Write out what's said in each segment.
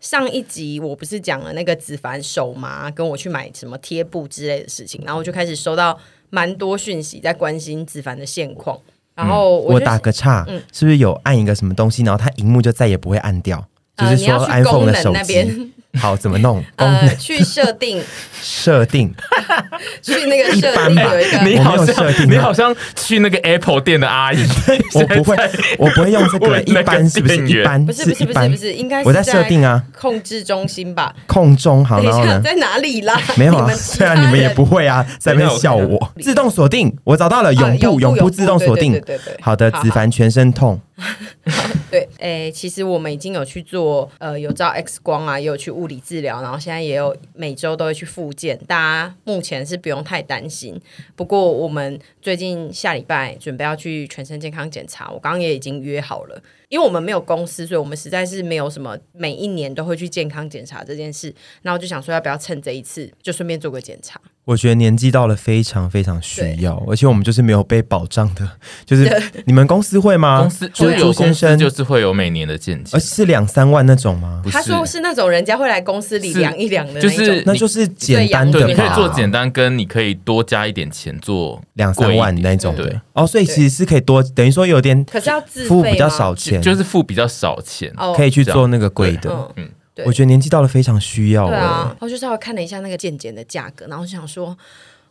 上一集我不是讲了那个子凡手麻，跟我去买什么贴布之类的事情，然后我就开始收到蛮多讯息在关心子凡的现况，然后我我就嗯打个岔，是不是有按一个什么东西，然后它荧幕就再也不会按掉？就呃是你要说去功 iPhone 的能手那机边， 好怎么弄？功呃能去设定设定，去那个设般定吧有一个 你好我没有设定像啊你好像去那个 Apple 店的阿姨， 我不会，我不会用这个，问一那个般是不是店一员般不是不是一不是般不是，应该是我在设定啊，控制中心吧？空中好，等一然后下呢？在哪里啦？没有你啊，们其 虽他然你们也人不会啊，在那边笑等我。自动锁定，我找到了啊永永不不永永不不自动锁定对对对对。对好的，好子凡全身痛，对，诶、其实我们已经有去做，呃，有照 X 光啊，也有去物理治疗，然后现在也有每周都会去复健，大家目前是不用太担心。不过我们最近下礼拜准备要去全身健康检查，我刚刚也已经约好了，因为我们没有公司，所以我们实在是没有什么每一年都会去健康检查这件事。那我就想说，要不要趁这一次就顺便做个检查？我觉得年纪到了非常非常需要，而且我们就是没有被保障的，就是你们公司会吗？ 公司就就是是啊朱先有公生司，就是会有每年的见解而，呃是两三万那种吗？不他说是那种人家会来公司里是量一量的那就一种是那就是简单的对，吧，呃你可以做简单，跟你可以多加一点钱做两三万贵一点那种对的。哦，所以其实是可以多，等于说有点可是要自费付比较吗少就钱，就是付比较少钱。哦，可以去这样做那个贵对的。嗯。对我觉得年纪到了非常需要对啊，哎然后就稍微看了一下那个健检的价格，然后就想说，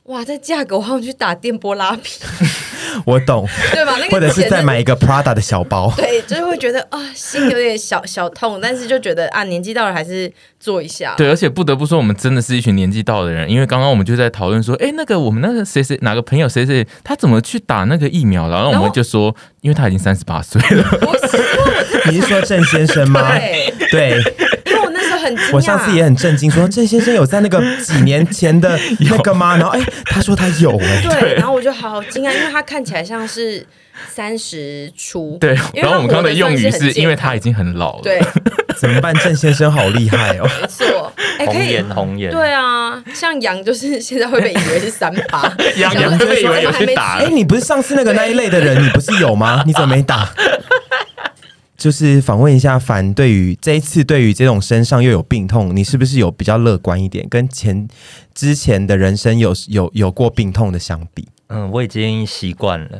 哇，这价格我好想去打电波拉皮， 我懂，对吧？那个或者是钱再买一个 Prada 的小 包。对，就是会觉得啊、心有点小小痛，但是就觉得啊，年纪到了还是做一下。对，而且不得不说，我们真的是一群年纪到的人，因为刚刚我们就在讨论说，哎，那个我们那个谁谁哪个朋友谁谁，他怎么去打那个疫苗了？然后我然们后就说，因为他已经三十八岁了，不是，你是说郑先生吗？对，对，因为我那时候很惊讶，我上次也很震惊，说郑先生有在那个几年前 的那个吗？然后哎、他说他有哎、对，然后我就好惊讶，因为他看起来像是三十出，对。因为然后我们刚刚活的得用算语很是健因为康他已经很老了，对，怎么办？郑先生好厉害哦！没 错，哎，红可以颜红颜，对啊，像羊就是现在会被以为是三八， 羊想羊说被以为有还没去打哎、你不是上次那个那一类的人，你不是有吗？你怎么没打？就是访问一下凡，对于这一次，对于这种身上又有病痛，你是不是有比较乐观一点？跟前之前的人生有有有过病痛的相比，嗯，我已经习惯了。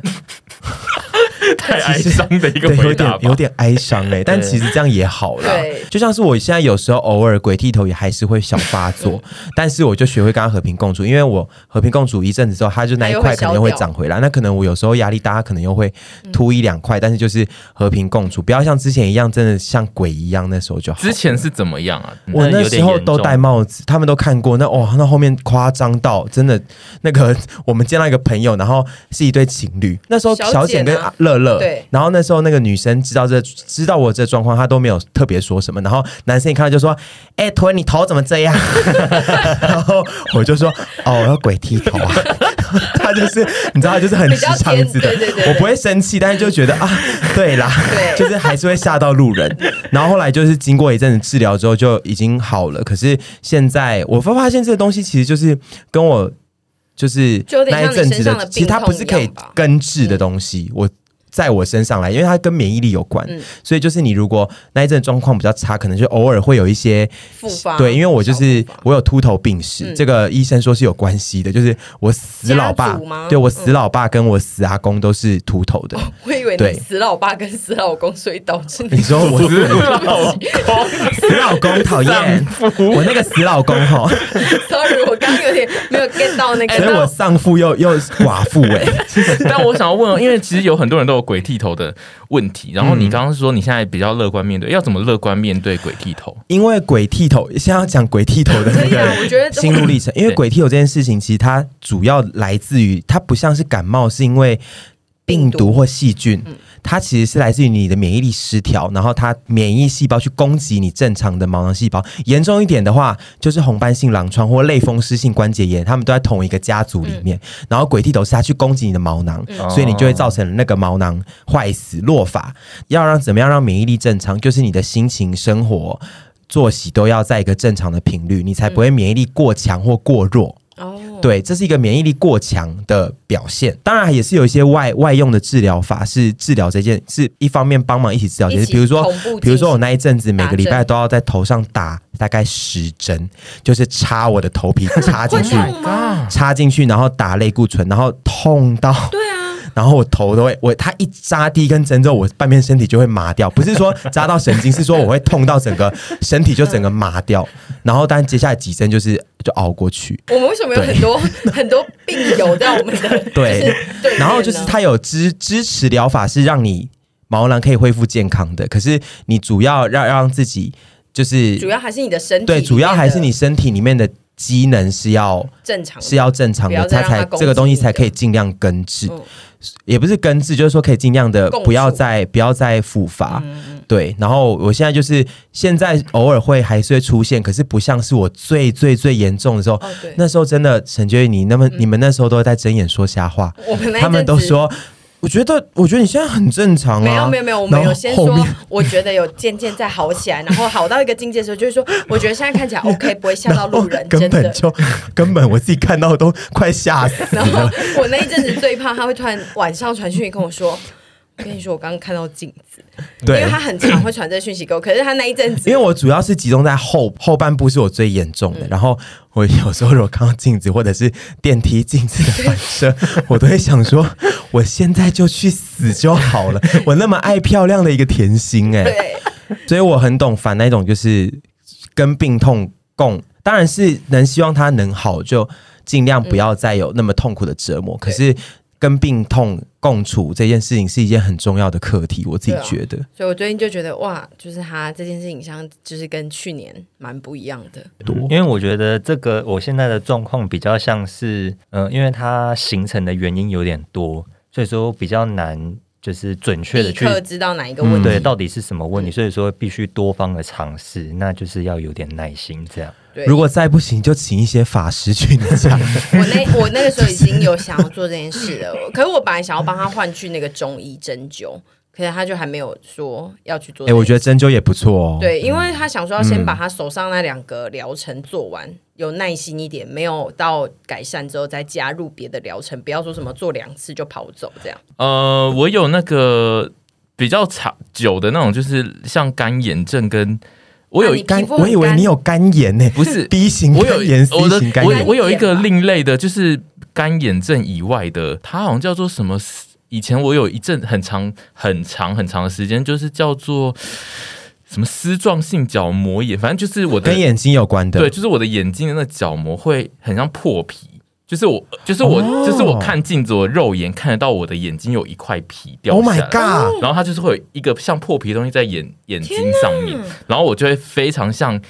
太哀伤的一个对，有回答点吧有。点哀伤 哎、但对其实这样也好啦对。就像是我现在有时候偶尔鬼剃头也还是会小发 作，但是我就学会跟他和平共处，因为我和平共处一阵子之后，他就那一块可能又会长回来。那可能我有时候压力大，他可能又会凸一两块，但是就是和平共处，不要像之前一样，真的像鬼一样。那时候就好。之前是怎么样啊？我那那嗯有点时候严都重戴帽子，他们都看过。那哇，那后面夸张到真的，那个我们见到一个朋友，然后是一对情侣。那时候小小简简跟啊乐乐，对然后那时候那个女生知道这知道我这状况，她都没有特别说什么。然后男生一看到就说：“哎、腿你头怎么这样？” 然后我就说：“哦，我要鬼剃头啊。” 他就是你知道，他就是很比直较肠尖子的对对对，我不会生气，但是就觉得啊，对啦，对就是还是会吓到路人。然后后来就是经过一阵子治疗之后就已经好了，可是现在我发发现这个东西其实就是跟我就是就有点像那你一阵子身上的其实它不是可以病痛一样吧嗯根治的东西，我。在我身上来，因为它跟免疫力有关，嗯所以就是你如果那一阵状况比较差，可能就偶尔会有一些复发，对，因为我就小是复发我有秃头病史，嗯这个医生说是有关系的，就是我死老家爸族吗，嗯哦对我死老爸跟我死阿公都是秃头的。我以为对你死老爸跟死老公，所以 导致 你你说我死老公，死老公讨厌，我那个死老公哈， sorry，我刚刚有点没有 get 到哎那 所以我个。丧父又又寡妇哎、哎但我想要问哦，因为其实有很多人都有鬼剃头的问题，然后你刚刚说你现在比较乐观面对，要怎么乐观面对鬼剃头？因为鬼剃头，先要讲鬼剃头的可那以啊，我个觉得心路历程，因为对鬼剃头这件事情，其实它主要来自于它不像是感冒，是因为病病毒嗯毒或细菌，它其实是来自于你的免疫力失调，然后它免疫细胞去攻击你正常的毛囊细胞。严重一点的话，就是红斑性狼疮或类风湿性关节炎，它们都在同一个家族嗯里面。然后鬼剃头是它去攻击你的毛囊，所以你就会造成那个毛囊坏死、落发。要让怎么样让免疫力正常，就是你的心情、生嗯活、作息都要在一个正常的频率，你才不会免疫力过强或过弱。哦，对，这是一个免疫力过强的表现。当然，也是有一些外外用的治疗法是治疗这件，是一方面帮忙一起治疗这件一事，起比如说同步进行，比如说我那一阵子每打个礼拜针都要在头上打大概十针，就是插我的头皮插进会去，痛吗？插进去，然后打类固醇，然后痛到。对啊， 然后我头都会，我他一扎第一根针之后，我半边身体就会麻掉，不是说扎到神经，是说我会痛到整个身体就整个麻 掉。然后，但接下来几针就是就熬过去。我们为什么有对很多很多病友在我们 的对就是对面呢然后就是它有支支持疗法，是让你毛囊可以恢复健康的，可是你主要要让自己就是主要还是你的身体对，里面主要还的是你身体里面的机能是要正常的是啊要正常不的，要再它让它才攻击这个东西才你的可以尽量根治，嗯也不是根治，就是说可以尽量的共不要处再不要再复发。嗯嗯对，然后我现在就是现在偶尔会还是会出现，可是不像是我最最最严重的时候。哦对，嗯那时候真的，沈觉你那么、你们那时候都在睁眼说瞎话，我们那一他们阵都子说，我觉得我觉得你现在很正常啊。没有没有没有，我们然后有先后说面，我觉得有渐渐在好起来，然后好到一个境界的时候，就是说，我觉得现在 看起来 OK，不会吓到路人，根真本的。就根本我自己看到都快吓死然后了。我那一阵子最怕他会突然晚上传讯息跟我说。我跟你说，我刚刚看到镜子，因对为他很常会传这讯息给我，可是他那一阵子，因为我主要是集中在后后半部是我最严重嗯的，然后我有时候如果看到镜子或者是电梯镜子的 反射，我都会想说，我现在就去死就好了。我那么爱漂亮的一个甜心哎、对所以我很懂反那种就是跟病痛共，当然是能希望他能好，就尽量嗯不要再有那么痛苦的折磨。可是跟病痛共处这件事情是一件很重要的课题，我自己对啊觉得。所以我最近就觉得哇，就是他这件事情上，就是跟去年蛮不一样的。因为我觉得这个我现在的状况比较像是，嗯、因为它形成的原因有点多，所以说比较难就是准确的立去刻嗯知道哪一个嗯问题，对到底是什么问题，所以说必须多方的尝试，那就是要有点耐心这样。 对，如果再不行，就请一些法师去你家。我那我那个时候已经有想要做这件事了，可是我本来想要帮他换去那个中医针灸，可是他就还没有说要去做哎、这件事。我觉得针灸也不错哦。，对，因为他想说要先把他手上那两个疗程做完，有耐心一点，没有到改善之后再加入别的疗程，不要说什么做两次就跑走这样。呃，我有那个比较长久的那种，就是像干眼症跟我有那一你皮肤很我以为干你有肝炎呢、不是 B 型我肝炎有 C 我的型肝我炎有我有一干个眼吧另类的，就是干眼症以外的，它好像叫做什么？以前我有一阵很长很长很长的时间，就是叫做什么丝状性角膜炎，反正就是我的跟眼睛有关的。对，就是我的眼睛的那角膜会很像破皮。就是我，就是我，哦就是我看镜子，我肉眼看得到我的眼睛有一块皮掉，Oh 下 my 来。 god！然后它就是会有一个像破皮的东西在眼眼睛上面，然后我就会非常像，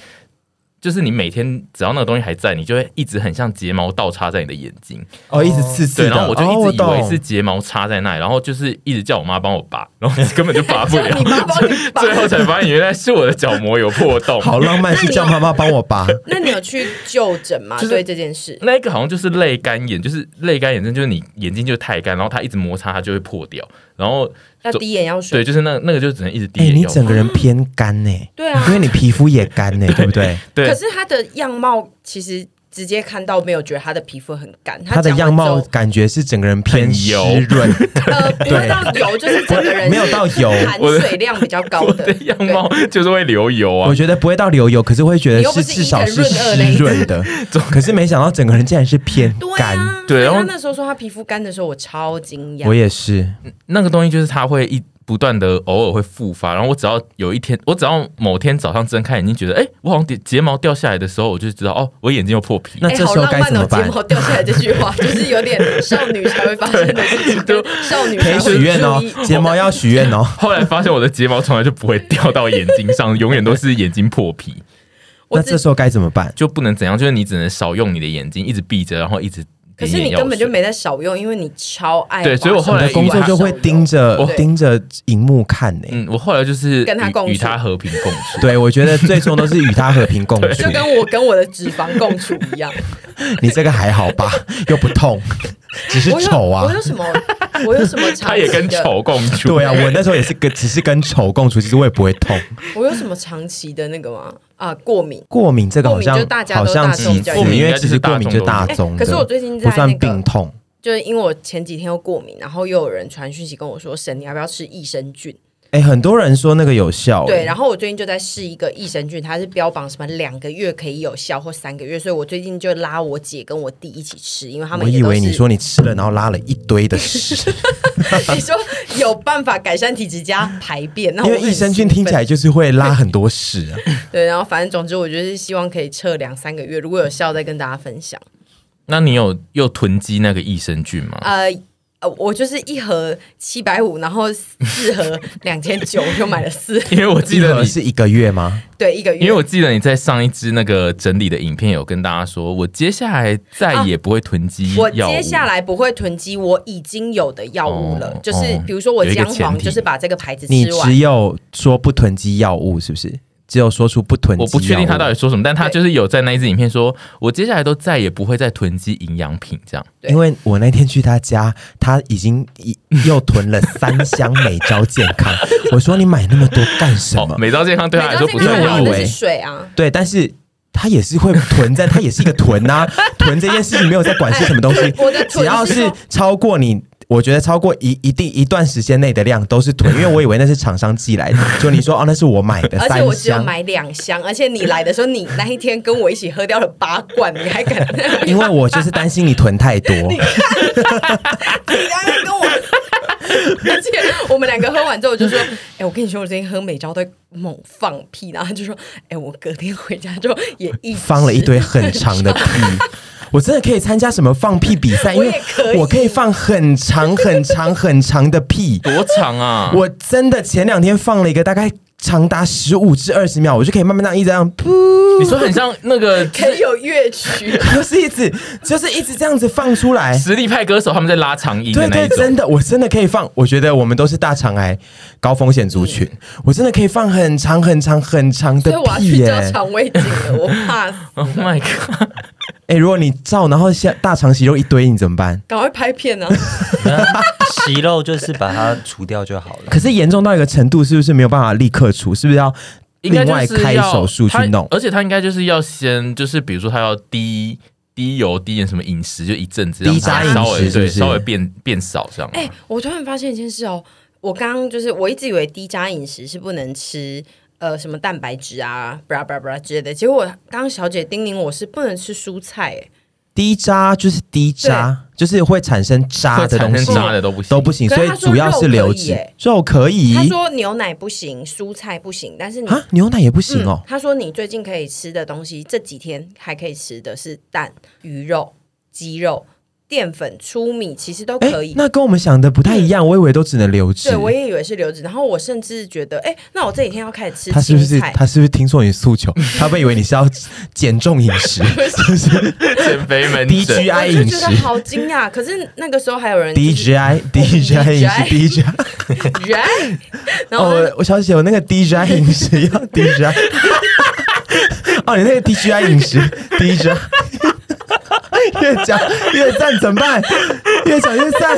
就是你每天只要那个东西还在，你就会一直很像睫毛倒插在你的眼睛，哦，一直刺刺对，的，然后我就哦一直以为懂是睫毛插在那里，然后就是一直叫我妈帮我拔，然后根本就拔 不了，你爸帮你爸， 最后才发现原来是我的角膜有破洞。好浪漫，是 叫妈妈帮我拔。那你有去就诊吗？就是对这件事，那一个好像就是泪干眼，就是泪干眼症，就是你眼睛就太干，然后它一直摩擦它就会破掉，然后要滴眼药对，水。就是那那个就只能一直滴哎、眼你药整个人偏干呢、对啊因，为你皮肤也干呢、对不对？对可，是他的样貌其实直接看到没有觉得他的皮肤很干，他的讲完样貌之后感觉是整个人偏很湿油润，呃不会到油，就是整个人没有到油。含水量比较高 我的的样貌就是会流油啊我，觉得不会到流油，可是会觉你得又不是是至少是伊藤润二那湿一润 的。可是没想到整个人竟然是偏对干，啊，所对以然后他那时候说他皮肤干的时候，我超惊我讶。也是。那个东西就是它会一不断的偶尔会复发，然后我只要有一天，我只要某天早上睁开眼睛觉得，哎、我好像睫睫毛掉下来的时候，我就知道哦，我眼睛又破皮。那哎这好时候浪该漫怎哦！么睫办毛掉下来这句话，就是有点少女才会发生的事情，就少女可 才以会许愿哦注意，睫毛要许愿哦。后来发现我的睫毛从来就不会掉到眼睛上，永远都是眼睛破皮，我那只这时候该怎么办？就不能怎样，就是你只能少用你的眼睛，一直闭着，然后一直可滴是眼你药水。根本就没在少用，因为你超爱对所以我后我来的工作就会盯 着。着对盯着荧幕看呢、嗯，我后来就是跟他与共处与他和平 共处。对，我觉得最终都是与他和平共处 就。跟我跟我的脂肪共处一样，你这个还好 吧？又不痛，只是我有丑啊我。有什么？我有什 么长他也期跟的？丑共处。对啊，我那时候也是跟只是跟丑共处，其实我也不会痛。我有什么长期的那个吗？啊，过敏。过敏这个好像过敏就大家都好像大众其比较次，有因为其实过敏就大宗的，哎可是我最近在不算那个病痛。就是因为我前几天又过敏，然后又有人传讯息跟我说，神，你要不要吃益生菌？哎、很多人说那个有效、对，哎然后我最近就在试一个益生菌，它是标榜什么两个月可以有效或三个月，所以我最近就拉我姐跟我弟一起吃，因为他我们也以都为是你说你吃了，然后拉了一堆的屎， 你说有办法改善体质加排便，那我因为很益生菌兴听起奋来就是会拉很多屎啊。对，然后反正总之我就是希望可以测两三个月，如果有效再跟大家分享。那你有又囤积那个益生菌吗？呃。呃，我就是一盒七百五，然后四盒两千九，我就买了 四，因为我记一得盒你。是一个月吗？对，一个啊月。因为我记得你在上一支那个整理的影片有跟大家说，我接下来再也不会囤积药物。啊我接下来不会囤积我已经有的药物了，哦就是哦比如说我有一个姜前黄，提就是把这个牌子你吃只完。有说不囤积药物，是不是？只有说出不囤积药我物。不确定他到底说什么，但他对就是有在那一支影片说，我接下来都再也不会再囤积营养品这样。对因为我那天去他家，他已经一又囤了三箱美招健 康。我说你买那么多干什么哦，？美招健康对他来说不每是周健康药好物的欸我以是为水啊，对，但是他也是会囤在，他也是一个囤呐、 囤这件事情没有在管是什么东西哎， 我的囤是只要是说超过你。我觉得超过一一定一段时间内的量都是囤，因为我以为那是厂商寄来的，就你说哦那是我买 的而且三我只有箱，买两箱，而且你来的时候，你那一天跟我一起喝掉了八罐，你还敢你 因为我就是担心你囤太多， 刚刚跟我，而且我们两个喝完之后，我就说，哎、我跟你说，我最近喝美招都猛放屁，然后他就说，哎、我隔天回家之后也一直放了一堆很长的屁。我真的可以参加什么放屁比赛，因我也为可以我可以放很长很长很长的屁。多长啊？我真的前两天放了一个大概长达十五至二十秒，我就可以慢慢这样一直这样你说很像那个 可以有乐曲。不是一直就是一直这样子放出来。实力派歌手他们在拉长音的对那对，一种。真的，我真的可以放。我觉得我们都是大肠癌高风险族群，我真的可以放很长很长很长所的以我要屁去交耶！肠胃镜了，我怕死， Oh my god！哎，如果你照，然后像大肠息肉一堆，你怎么办？赶快拍片啊！ 息肉就是把它除掉就好了。可是严重到一个程度，是不是没有办法立刻除？是不是要应该另就外是开要手术去弄他？而且他应该就是要先，就是比如说他要低低油、低盐什么饮食，就一阵子低让它渣饮稍微食是不对是稍微变变少这样。哎、我突然发现一件事哦，我刚刚就是我一直以为低渣饮食是不能吃呃什么蛋白质啊、布拉布拉布拉之类的，结果我刚刚小姐叮咛我是不能吃蔬菜、哎低渣就是低渣，就是会产生渣会的产东生西渣的都不行，都不行，可是所以他说主要肉是可流以质耶肉可以她说牛奶不行，蔬菜不行，但是你啊，牛奶也不行哦嗯。。他说你最近可以吃的东西，这几天还可以吃的是蛋、鱼肉、鸡肉、淀粉、粗米，其实都哎、嗯可以。那跟我们想的不太一样，我以为都只能流质。对，我也以为是流质，然后我甚至觉得，哎、那我这几天要开始吃他是不青是菜，他是不是听错你诉 求？他会以为你是要减重饮 食，就是减肥门低诊 GI 我就饮觉食得好惊讶。可是那个时候还有人就是 DJI DJI 饮食 DJI。人，然后哦，我小姐，我那个 DJI 饮 食要 DJI。哦，你那个 DJI 饮食 DJI。越讲越赞怎么办？越讲越赞。